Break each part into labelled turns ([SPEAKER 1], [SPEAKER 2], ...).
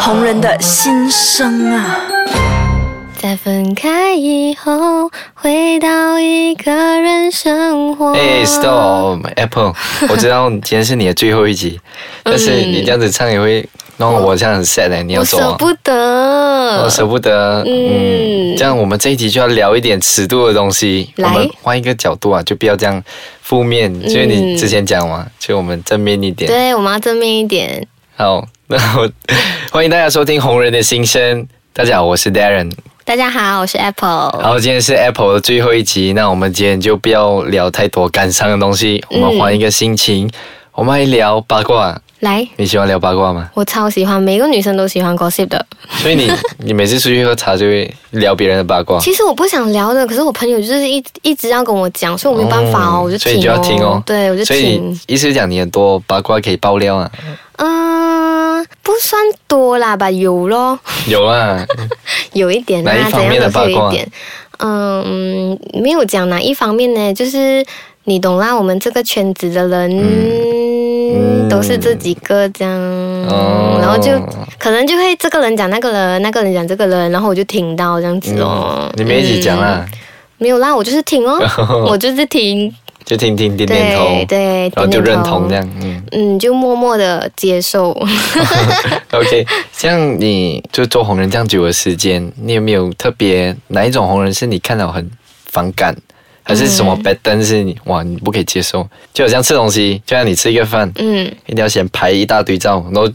[SPEAKER 1] 红人的心声啊。
[SPEAKER 2] 在分开以后，回到一个人生活。
[SPEAKER 3] 哎、s t
[SPEAKER 2] 哦
[SPEAKER 3] o p Apple，我知道今天是你的最后一集，但是你这样子唱也会弄我这样很 sad 哎、你要
[SPEAKER 2] 嗯我
[SPEAKER 3] 走
[SPEAKER 2] 舍
[SPEAKER 3] 啊。
[SPEAKER 2] 不得
[SPEAKER 3] 我。舍不得，嗯，
[SPEAKER 2] 嗯
[SPEAKER 3] 这样我们这一集就要聊一点尺度的东西。我
[SPEAKER 2] 来
[SPEAKER 3] 们换一个角度啊，就不要这样负面，就是你之前讲嘛，就我们正面一点。
[SPEAKER 2] 嗯对，我们要正面一点。
[SPEAKER 3] 好，那我 欢迎大家收听《红人的心声》。大家好，我是 Darren，
[SPEAKER 2] 大家好，我是 Apple。
[SPEAKER 3] 然后今天是 Apple 的最后一集，那我们今天就不要聊太多感伤的东西，我们
[SPEAKER 2] 嗯
[SPEAKER 3] 换一个心情，我们来聊八卦。
[SPEAKER 2] 来，
[SPEAKER 3] 你喜欢聊八卦 吗？
[SPEAKER 2] 我超喜欢，每个女生都喜欢 gossip 的。
[SPEAKER 3] 所以你你每次出去喝茶就会聊别人的八卦，
[SPEAKER 2] 其实我不想聊的，可是我朋友就是一一直要跟我讲，所以我没办法哦，我就
[SPEAKER 3] 所
[SPEAKER 2] 听
[SPEAKER 3] 以
[SPEAKER 2] 哦。
[SPEAKER 3] 你就要听哦。
[SPEAKER 2] 对，我就
[SPEAKER 3] 所以你
[SPEAKER 2] 听。
[SPEAKER 3] 意思是讲你很多八卦可以爆料啊？
[SPEAKER 2] 嗯、不算多啦吧，有咯，
[SPEAKER 3] 有啊，
[SPEAKER 2] 有一点
[SPEAKER 3] 哪
[SPEAKER 2] 啦怎
[SPEAKER 3] 一，方面的啊
[SPEAKER 2] 样都是
[SPEAKER 3] 八
[SPEAKER 2] 有
[SPEAKER 3] 卦
[SPEAKER 2] 一点。嗯，没有讲哪一方面呢，就是你懂啦，我们这个圈子的人。
[SPEAKER 3] 嗯
[SPEAKER 2] 都是这几个这样，
[SPEAKER 3] 哦
[SPEAKER 2] 然后就可能就会这个人讲那个人，那个人讲这个人，然后我就听到这样子 哦。
[SPEAKER 3] 你们一起讲
[SPEAKER 2] 嗯
[SPEAKER 3] 啊啦，
[SPEAKER 2] 没有啦，我就是听 哦，我就是听，
[SPEAKER 3] 就听听点点头
[SPEAKER 2] 对，对，
[SPEAKER 3] 然后就
[SPEAKER 2] 点点
[SPEAKER 3] 认
[SPEAKER 2] 头
[SPEAKER 3] 同这样，嗯
[SPEAKER 2] 嗯，就默默的接 受。
[SPEAKER 3] ，OK。像你就做红人这样久的时间，你有没有特别哪一种红人是你看到很反感？还是什么
[SPEAKER 2] 嗯
[SPEAKER 3] b a t 是你哇你不可以接受，就好像吃东西，就像你吃一个饭，
[SPEAKER 2] 嗯，
[SPEAKER 3] 一定要先拍一大堆照，然后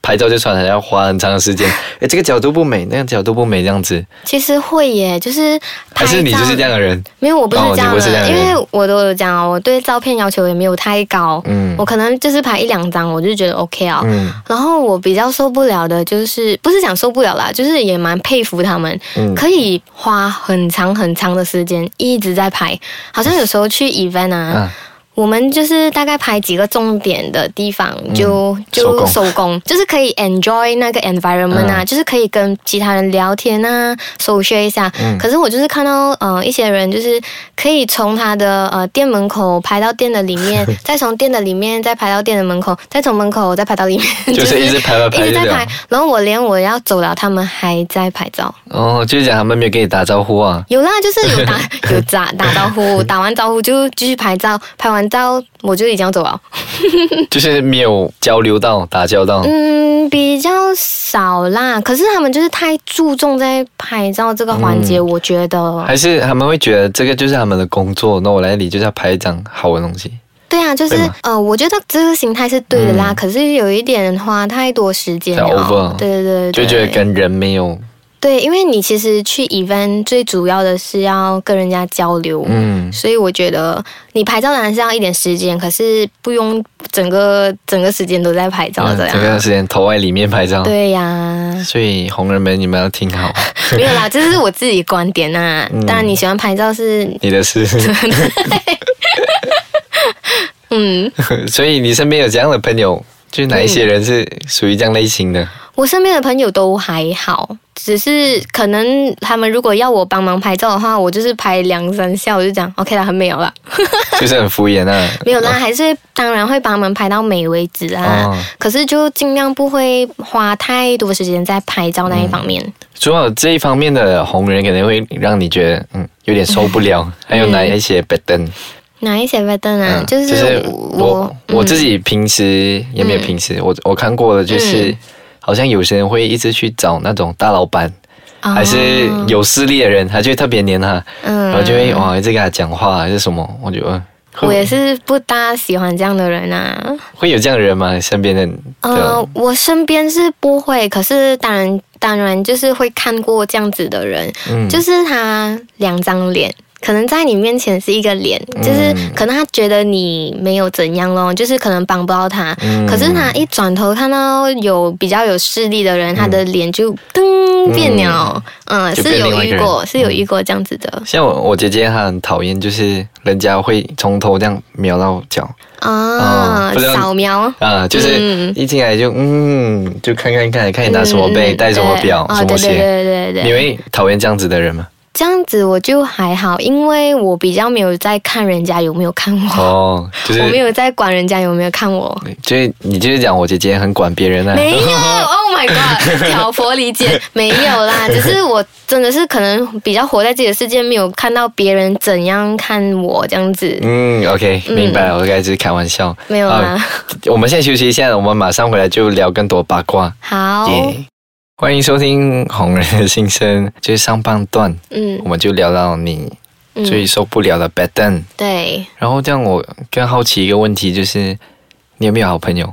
[SPEAKER 3] 拍照就传，还要花很长的 时间。诶，这个角度不美，那个角度不美，这样子，
[SPEAKER 2] 其实会耶，就是拍
[SPEAKER 3] 还是你就是这样
[SPEAKER 2] 照。
[SPEAKER 3] 的人？
[SPEAKER 2] 没有，我不是
[SPEAKER 3] 哦
[SPEAKER 2] 这样
[SPEAKER 3] 你不是这样
[SPEAKER 2] 的，
[SPEAKER 3] 的
[SPEAKER 2] 因
[SPEAKER 3] 人
[SPEAKER 2] 为我都有讲啊，我对照片要求也没有太高，
[SPEAKER 3] 嗯
[SPEAKER 2] 我可能就是拍一两张，我就觉得 OK 啊。
[SPEAKER 3] 嗯
[SPEAKER 2] 然后我比较受不了的就是，不是讲受不了啦，就是也蛮佩服他们，
[SPEAKER 3] 嗯
[SPEAKER 2] 可以花很长很长的时间一直在拍，好像有时候去 event 啊，
[SPEAKER 3] 啊，
[SPEAKER 2] 我们就是大概拍几个重点的地方就、
[SPEAKER 3] 收
[SPEAKER 2] 就
[SPEAKER 3] 嗯工嗯
[SPEAKER 2] 收工， 就是可以 enjoy 那个 environment 啊，就是可以跟其他人聊天啊，social 一下。
[SPEAKER 3] 嗯
[SPEAKER 2] 可是我就是看到呃一些人就是可以从他的呃店门口拍到店的里 面，再从店的里面再拍到店的门口，再从门口再拍到里面，
[SPEAKER 3] 就是一直拍拍
[SPEAKER 2] 一
[SPEAKER 3] 拍啊
[SPEAKER 2] 直
[SPEAKER 3] 就
[SPEAKER 2] 在
[SPEAKER 3] 这
[SPEAKER 2] 拍
[SPEAKER 3] 样。。
[SPEAKER 2] 然后我连我要走了，他们还在拍照。
[SPEAKER 3] 哦，就是讲他们没有跟你打招呼啊。
[SPEAKER 2] 有啦，就是有打 有打打招 呼，打完招呼就继续拍照，拍完照我就已经要走了。
[SPEAKER 3] 就是没有交流到、打交道。
[SPEAKER 2] 嗯，比较少啦。可是他们就是太注重在拍照这个环节，我觉得。
[SPEAKER 3] 嗯还是他们会觉得这个就是他们的工作，那我来这里就是要拍一张好的东西。
[SPEAKER 2] 对啊，就是
[SPEAKER 3] 对嘛
[SPEAKER 2] 呃，我觉得这个形态是对的啦。可是有一点花太多时间
[SPEAKER 3] 太 over
[SPEAKER 2] 了。对对对，
[SPEAKER 3] 就觉得跟人没有，
[SPEAKER 2] 对，因为你其实去 event 最主要的是要跟人家交流。
[SPEAKER 3] 嗯，
[SPEAKER 2] 所以我觉得你拍照当然是要一点时间，可是不用整个整个时间都在拍照这
[SPEAKER 3] 嗯
[SPEAKER 2] 样。
[SPEAKER 3] 整个哦时间头外里面拍照。
[SPEAKER 2] 对呀、
[SPEAKER 3] 所以红人们，你们要听好，
[SPEAKER 2] 没有啦，这是我自己观点 呐、
[SPEAKER 3] 嗯
[SPEAKER 2] 当然你喜欢拍照是
[SPEAKER 3] 你的 事。
[SPEAKER 2] 嗯，
[SPEAKER 3] 所以你身边有这样的朋友，就是哪一些人是属于这样类 型的？
[SPEAKER 2] 我身边的朋友都还好，只是可能他们如果要我帮忙拍照的话，我就是拍两三下，我就讲 OK 啦，很美了啦，
[SPEAKER 3] 就是很敷衍啊。
[SPEAKER 2] 没有啦，还是会当然会帮忙拍到美为止啊。
[SPEAKER 3] 哦
[SPEAKER 2] 可是就尽量不会花太多时间在拍照那
[SPEAKER 3] 嗯
[SPEAKER 2] 一方面。
[SPEAKER 3] 主要这一方面的红人可能会让你觉得，嗯，有点受不了。还有
[SPEAKER 2] 嗯
[SPEAKER 3] 哪一些 b a d n
[SPEAKER 2] 哪一些 b u t 啊？
[SPEAKER 3] 嗯，
[SPEAKER 2] 就是
[SPEAKER 3] 我
[SPEAKER 2] 我嗯
[SPEAKER 3] 我自己平时也没有平时，我我看过的就是，好像有些人会一直去找那种大老板，
[SPEAKER 2] 嗯
[SPEAKER 3] 还是
[SPEAKER 2] 哦
[SPEAKER 3] 有势力的人，他就会特别黏他，
[SPEAKER 2] 嗯
[SPEAKER 3] 然后就会哇一直跟他讲话还是什么，我觉得。
[SPEAKER 2] 我也
[SPEAKER 3] 会
[SPEAKER 2] 是不大喜欢这样的人啊。
[SPEAKER 3] 会有这样的人吗？身边的
[SPEAKER 2] 呃
[SPEAKER 3] 的，
[SPEAKER 2] 我身边是不会，可是当然当然就是会看过这样子的人，
[SPEAKER 3] 嗯
[SPEAKER 2] 就是他两张脸。可能在你面前是一个脸，
[SPEAKER 3] 嗯
[SPEAKER 2] 就是可能他觉得你没有怎样咯，就是可能帮不到他。
[SPEAKER 3] 嗯
[SPEAKER 2] 可是他一转头看到有比较有势力的人，他的脸就噔变了。嗯，
[SPEAKER 3] 就是变另
[SPEAKER 2] 有
[SPEAKER 3] 外一个
[SPEAKER 2] 遇
[SPEAKER 3] 人
[SPEAKER 2] 过，是有遇过这样子的
[SPEAKER 3] 像我我姐姐她很讨厌，就是人家会从头这样瞄到脚
[SPEAKER 2] 啊
[SPEAKER 3] 哦不知，道
[SPEAKER 2] 扫描。
[SPEAKER 3] 啊，就是
[SPEAKER 2] 嗯
[SPEAKER 3] 一进来就嗯，就看看看看你拿什么
[SPEAKER 2] 嗯
[SPEAKER 3] 背，
[SPEAKER 2] 嗯
[SPEAKER 3] 戴什么表，
[SPEAKER 2] 对
[SPEAKER 3] 什么
[SPEAKER 2] 哦，对
[SPEAKER 3] 鞋，
[SPEAKER 2] 对对对对
[SPEAKER 3] 你会讨厌这样子的人吗？
[SPEAKER 2] 这样子我就还好，因为我比较没有在看人家有没有看我，
[SPEAKER 3] 哦，就是
[SPEAKER 2] 我没有在管人家有没有看 我。
[SPEAKER 3] 就是你就是讲我姐姐很管别人啊，
[SPEAKER 2] 没有，Oh my god，挑拨离间没有啦， 只是我真的是可能比较活在自己的世界，没有看到别人怎样看我这样子，
[SPEAKER 3] 嗯，OK，明白了，我刚才只是开玩笑。
[SPEAKER 2] 没有啦。
[SPEAKER 3] 我们现在休息一下，我们马上回来就聊更多八卦。
[SPEAKER 2] 好，
[SPEAKER 3] 耶欢迎收听《红人的心声》，就是上半段，
[SPEAKER 2] 嗯
[SPEAKER 3] 我们就聊到你最
[SPEAKER 2] 嗯，
[SPEAKER 3] 受不了的 bad n
[SPEAKER 2] 对，
[SPEAKER 3] 然后这样我更好奇一个问题，就是你有没有好朋友？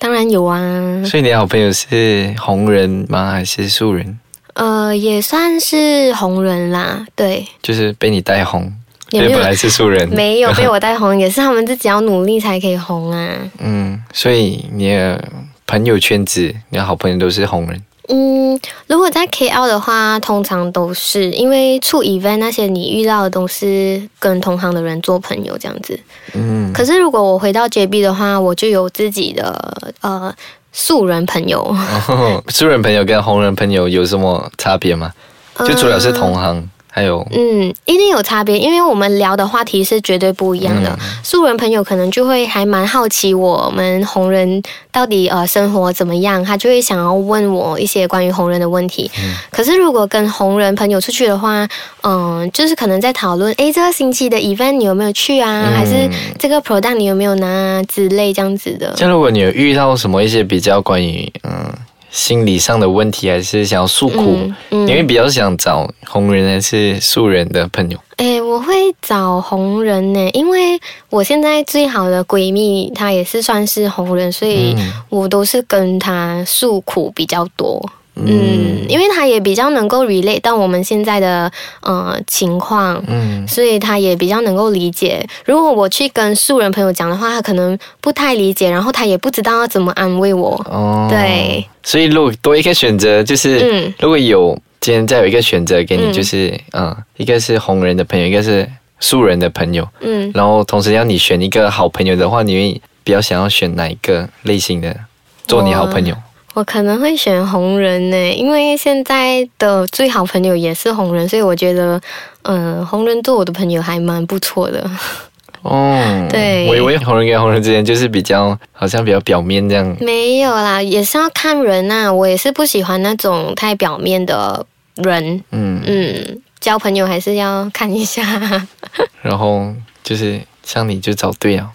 [SPEAKER 2] 当然有啊，
[SPEAKER 3] 所以你的好朋友是红人吗？还是素人？
[SPEAKER 2] 呃，也算是红人啦，对，
[SPEAKER 3] 就是被你带红，
[SPEAKER 2] 也没
[SPEAKER 3] 因为
[SPEAKER 2] 有
[SPEAKER 3] 本来是素 人。
[SPEAKER 2] 没有被我带红，也是他们自己要努力才可以红啊。
[SPEAKER 3] 嗯，所以你的朋友圈子，你的好朋友都是红人。
[SPEAKER 2] 嗯，如果在 KL 的话，通常都是因为处 event 那些你遇到的都是跟同行的人做朋友这样子。
[SPEAKER 3] 嗯，
[SPEAKER 2] 可是如果我回到 JB 的话，我就有自己的呃素人朋友，
[SPEAKER 3] 嗯哦 素人朋友跟红人朋友有什么差别吗？
[SPEAKER 2] 呃
[SPEAKER 3] 哦就除了是同行，还有
[SPEAKER 2] 嗯，一定有差别，因为我们聊的话题是绝对不一样的。
[SPEAKER 3] 嗯
[SPEAKER 2] 素人朋友可能就会还蛮好奇我们红人到底呃生活怎么样，他就会想要问我一些关于红人的问题。
[SPEAKER 3] 嗯
[SPEAKER 2] 可是如果跟红人朋友出去的话，嗯、就是可能在讨论，诶，这个星期的 event 你有没有去啊？
[SPEAKER 3] 嗯
[SPEAKER 2] 还是这个 product 你有没有拿啊之类这样子的。
[SPEAKER 3] 像如果你有遇到什么一些比较关于嗯心理上的问题，还是想要诉苦，
[SPEAKER 2] 嗯嗯
[SPEAKER 3] 你会比较想找红人还是素人的朋友？
[SPEAKER 2] 诶，我会找红人呢，因为我现在最好的闺蜜她也是算是红人，所以我都是跟她诉苦比较多。嗯，因为她也比较能够 relate 到我们现在的呃情况，
[SPEAKER 3] 嗯
[SPEAKER 2] 所以她也比较能够理解。如果我去跟素人朋友讲的话，她可能不太理解，然后她也不知道要怎么安慰我。
[SPEAKER 3] 哦，
[SPEAKER 2] 对，
[SPEAKER 3] 所以如果多一个选择，就是、
[SPEAKER 2] 嗯
[SPEAKER 3] 如果有今天再有一个选择给你，
[SPEAKER 2] 嗯
[SPEAKER 3] 就是嗯一个是红人的朋友，一个是素人的朋友，
[SPEAKER 2] 嗯，
[SPEAKER 3] 然后同时要你选一个好朋友的话，你会比较想要选哪一个类型的做你好朋友？
[SPEAKER 2] 我可能会选红人呢，因为现在的最好朋友也是红人，所以我觉得，嗯、红人做我的朋友还蛮不错的。
[SPEAKER 3] 哦，
[SPEAKER 2] 对
[SPEAKER 3] 我以为红人跟红人之间就是比较好像比较表面这样。
[SPEAKER 2] 没有啦，也是要看人呐、我也是不喜欢那种太表面的人。
[SPEAKER 3] 嗯，
[SPEAKER 2] 嗯，交朋友还是要看一 下，
[SPEAKER 3] 然后就是像你就找对 啊，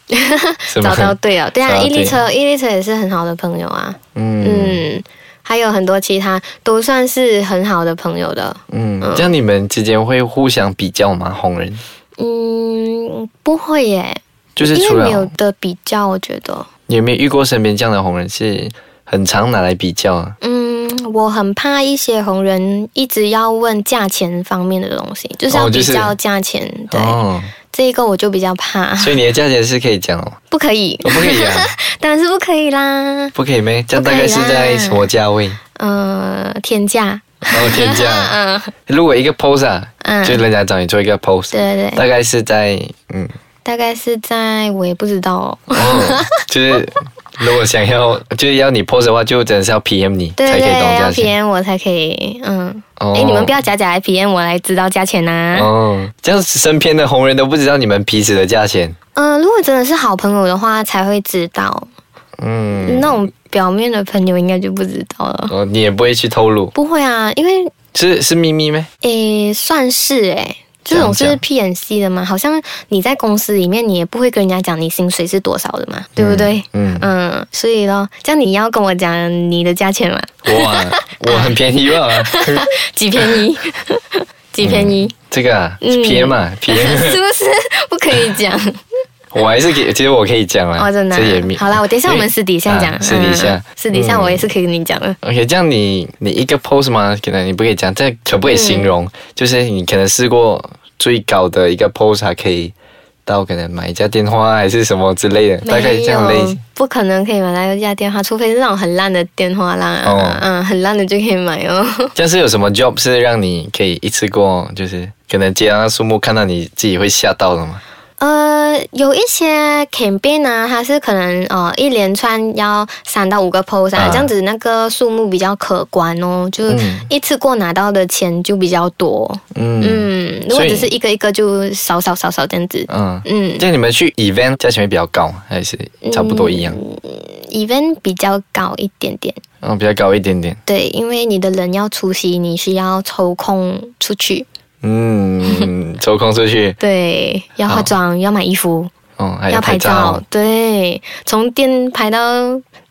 [SPEAKER 3] 是吗
[SPEAKER 2] 找到对了。对
[SPEAKER 3] 找
[SPEAKER 2] 啊，
[SPEAKER 3] 到
[SPEAKER 2] 伊
[SPEAKER 3] 对
[SPEAKER 2] 利车，伊利车也是很好的朋友啊。
[SPEAKER 3] 嗯
[SPEAKER 2] 嗯，还有很多其他都算是很好的朋友的。
[SPEAKER 3] 嗯，这样你们之间会互相比较吗？红人
[SPEAKER 2] 嗯，不会耶，
[SPEAKER 3] 就是
[SPEAKER 2] 因
[SPEAKER 3] 除
[SPEAKER 2] 为
[SPEAKER 3] 了
[SPEAKER 2] 没有的比较，我觉得，
[SPEAKER 3] 你有没有遇过身边这样的红人是很常拿来比较啊？
[SPEAKER 2] 嗯，我很怕一些红人一直要问价钱方面的东西，就是
[SPEAKER 3] 哦
[SPEAKER 2] 要
[SPEAKER 3] 就
[SPEAKER 2] 比
[SPEAKER 3] 是
[SPEAKER 2] 较价钱。对，
[SPEAKER 3] 哦，
[SPEAKER 2] 这一个我就比较怕，
[SPEAKER 3] 所以你的价钱是可以讲哦，
[SPEAKER 2] 不可以，
[SPEAKER 3] 哦不可以啊，
[SPEAKER 2] 当然是不可以啦。
[SPEAKER 3] 不可以咩？这样大概是
[SPEAKER 2] 啊
[SPEAKER 3] 在什么价位？
[SPEAKER 2] 呃，天价，
[SPEAKER 3] 然后哦天 价，
[SPEAKER 2] 嗯
[SPEAKER 3] 如果一个 pose 啊，
[SPEAKER 2] 嗯，
[SPEAKER 3] 就
[SPEAKER 2] 对
[SPEAKER 3] 人家找你做一个 pose，
[SPEAKER 2] 对对，
[SPEAKER 3] 大概是在嗯，
[SPEAKER 2] 大概是在我也不知道哦。
[SPEAKER 3] 哦，就是如果想要就是要你 pose 的话，就真的是要 PM 你
[SPEAKER 2] 对
[SPEAKER 3] 才可
[SPEAKER 2] 对，
[SPEAKER 3] 以懂
[SPEAKER 2] 要
[SPEAKER 3] 价钱。
[SPEAKER 2] PM 我才可以，嗯，
[SPEAKER 3] 哦
[SPEAKER 2] 哎，你们不要假假来 PM 我来知道价钱啊呐。
[SPEAKER 3] 哦，这样身边的红人都不知道你们彼此的价钱。
[SPEAKER 2] 嗯、如果真的是好朋友的话，才会知道。
[SPEAKER 3] 嗯，
[SPEAKER 2] 那种表面的朋友应该就不知道了。
[SPEAKER 3] 哦，你也不会去透露，
[SPEAKER 2] 不会啊，因为
[SPEAKER 3] 是是秘 密咩？
[SPEAKER 2] 诶，算是诶。这种是
[SPEAKER 3] 这样
[SPEAKER 2] P N C 的嘛？好像你在公司里面，你也不会跟人家讲你薪水是多少的嘛，对不对？
[SPEAKER 3] 嗯，
[SPEAKER 2] 嗯，所以咯，这样你要跟我讲你的价钱嘛？
[SPEAKER 3] 哇，我很便宜啊吧？
[SPEAKER 2] 几便宜？ 几便宜？
[SPEAKER 3] 这个啊
[SPEAKER 2] 嗯
[SPEAKER 3] ，PM 啊 ，PM，
[SPEAKER 2] 是不是不可以讲？
[SPEAKER 3] 我还是可以，其实我可以讲 啊，
[SPEAKER 2] 哦，真的啊、
[SPEAKER 3] 这也秘
[SPEAKER 2] 好啦，我等一下我们私底下讲。
[SPEAKER 3] 啊私底下
[SPEAKER 2] 嗯私底下
[SPEAKER 3] 嗯
[SPEAKER 2] 我也是可以跟你讲的。
[SPEAKER 3] OK，这样你你一个 pose 吗？可能你不可以讲，这可不可以形容？
[SPEAKER 2] 嗯
[SPEAKER 3] 就是你可能试过最高的一个 pose，还可以到可能买一架电话还是什么之类的，
[SPEAKER 2] 没有
[SPEAKER 3] 大概这样类型。
[SPEAKER 2] 不可能可以买到一家电话，除非是那种很烂的电话啦。
[SPEAKER 3] 哦
[SPEAKER 2] 嗯，很烂的就可以买哦。
[SPEAKER 3] 像是有什么 job 是让你可以一次过，就是可能接到那数目看到你自己会吓到的吗？
[SPEAKER 2] 呃，有一些 campaign 啊，它是可能呃一连串要三到五个 post 啊，
[SPEAKER 3] 啊
[SPEAKER 2] 这样子那个数目比较可观哦，就
[SPEAKER 3] 嗯
[SPEAKER 2] 一次过拿到的钱就比较多。
[SPEAKER 3] 嗯
[SPEAKER 2] 嗯，如果
[SPEAKER 3] 所以
[SPEAKER 2] 只是一个一个就少少少少这样子。
[SPEAKER 3] 嗯，
[SPEAKER 2] 嗯
[SPEAKER 3] 这样你们去 event 价钱会比较高，还是差不多一样？
[SPEAKER 2] 嗯，event 比较高一点点，
[SPEAKER 3] 嗯，比较高一点点。
[SPEAKER 2] 对，因为你的人要出席，你需要抽空出去，
[SPEAKER 3] 嗯，抽空出去，
[SPEAKER 2] 对，要化
[SPEAKER 3] 好
[SPEAKER 2] 妆，要买衣服，
[SPEAKER 3] 哦，还
[SPEAKER 2] 要
[SPEAKER 3] 要
[SPEAKER 2] 拍
[SPEAKER 3] 拍
[SPEAKER 2] 照
[SPEAKER 3] 照，，
[SPEAKER 2] 对，从店拍到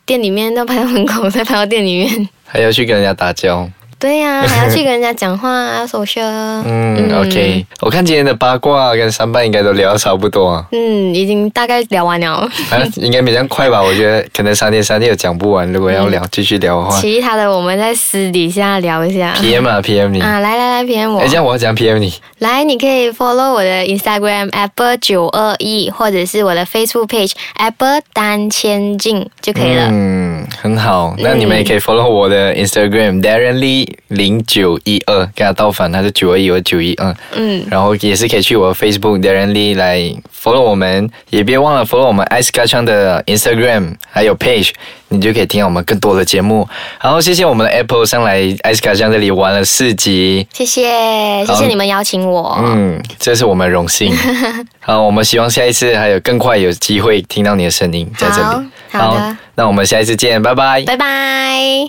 [SPEAKER 2] 店里面，再拍到门口，再拍到店里面。
[SPEAKER 3] 还要去跟人家打交。
[SPEAKER 2] 对 呀、还要去跟人家讲话啊，手社。
[SPEAKER 3] 嗯 o k 我看今天的八卦跟三八应该都聊得差不 多啊，
[SPEAKER 2] 嗯，已经大概聊完了。
[SPEAKER 3] 啊应该没这样快吧？我觉得可能三天三夜也讲不完，如果要
[SPEAKER 2] 嗯
[SPEAKER 3] 聊继续聊的话
[SPEAKER 2] 其他的我们在私底下聊一下。
[SPEAKER 3] ，PM 啊 PM 你，
[SPEAKER 2] 啊，来来来，PM 我
[SPEAKER 3] 哎，这样我要讲 PM 你，
[SPEAKER 2] 来，你可以 follow 我的 Instagram apple 九二一，或者是我的 Facebook page apple 单千进就可以了。
[SPEAKER 3] 嗯，很好，那你们也可以 follow 我的 Instagram Darren Lee 零九一二，跟他倒反，他是九二一，我九一二，
[SPEAKER 2] 嗯，
[SPEAKER 3] 然后也是可以去我的 Facebook Darren Lee 来 follow 我们，也别忘了 follow 我们 Ice k a c h a n 的 Instagram 还有 Page，你就可以听到我们更多的节目。然后谢谢我们的 Apple 上来 Ice k a c h a n 这里玩了四集，
[SPEAKER 2] 谢谢，谢
[SPEAKER 3] 好
[SPEAKER 2] 谢你们邀请我。
[SPEAKER 3] 嗯，这是我们荣 幸。好，我们希望下一次还有更快有机会听到你的声音在这里。
[SPEAKER 2] 好好的
[SPEAKER 3] 那我们下一次见，拜拜
[SPEAKER 2] 拜拜。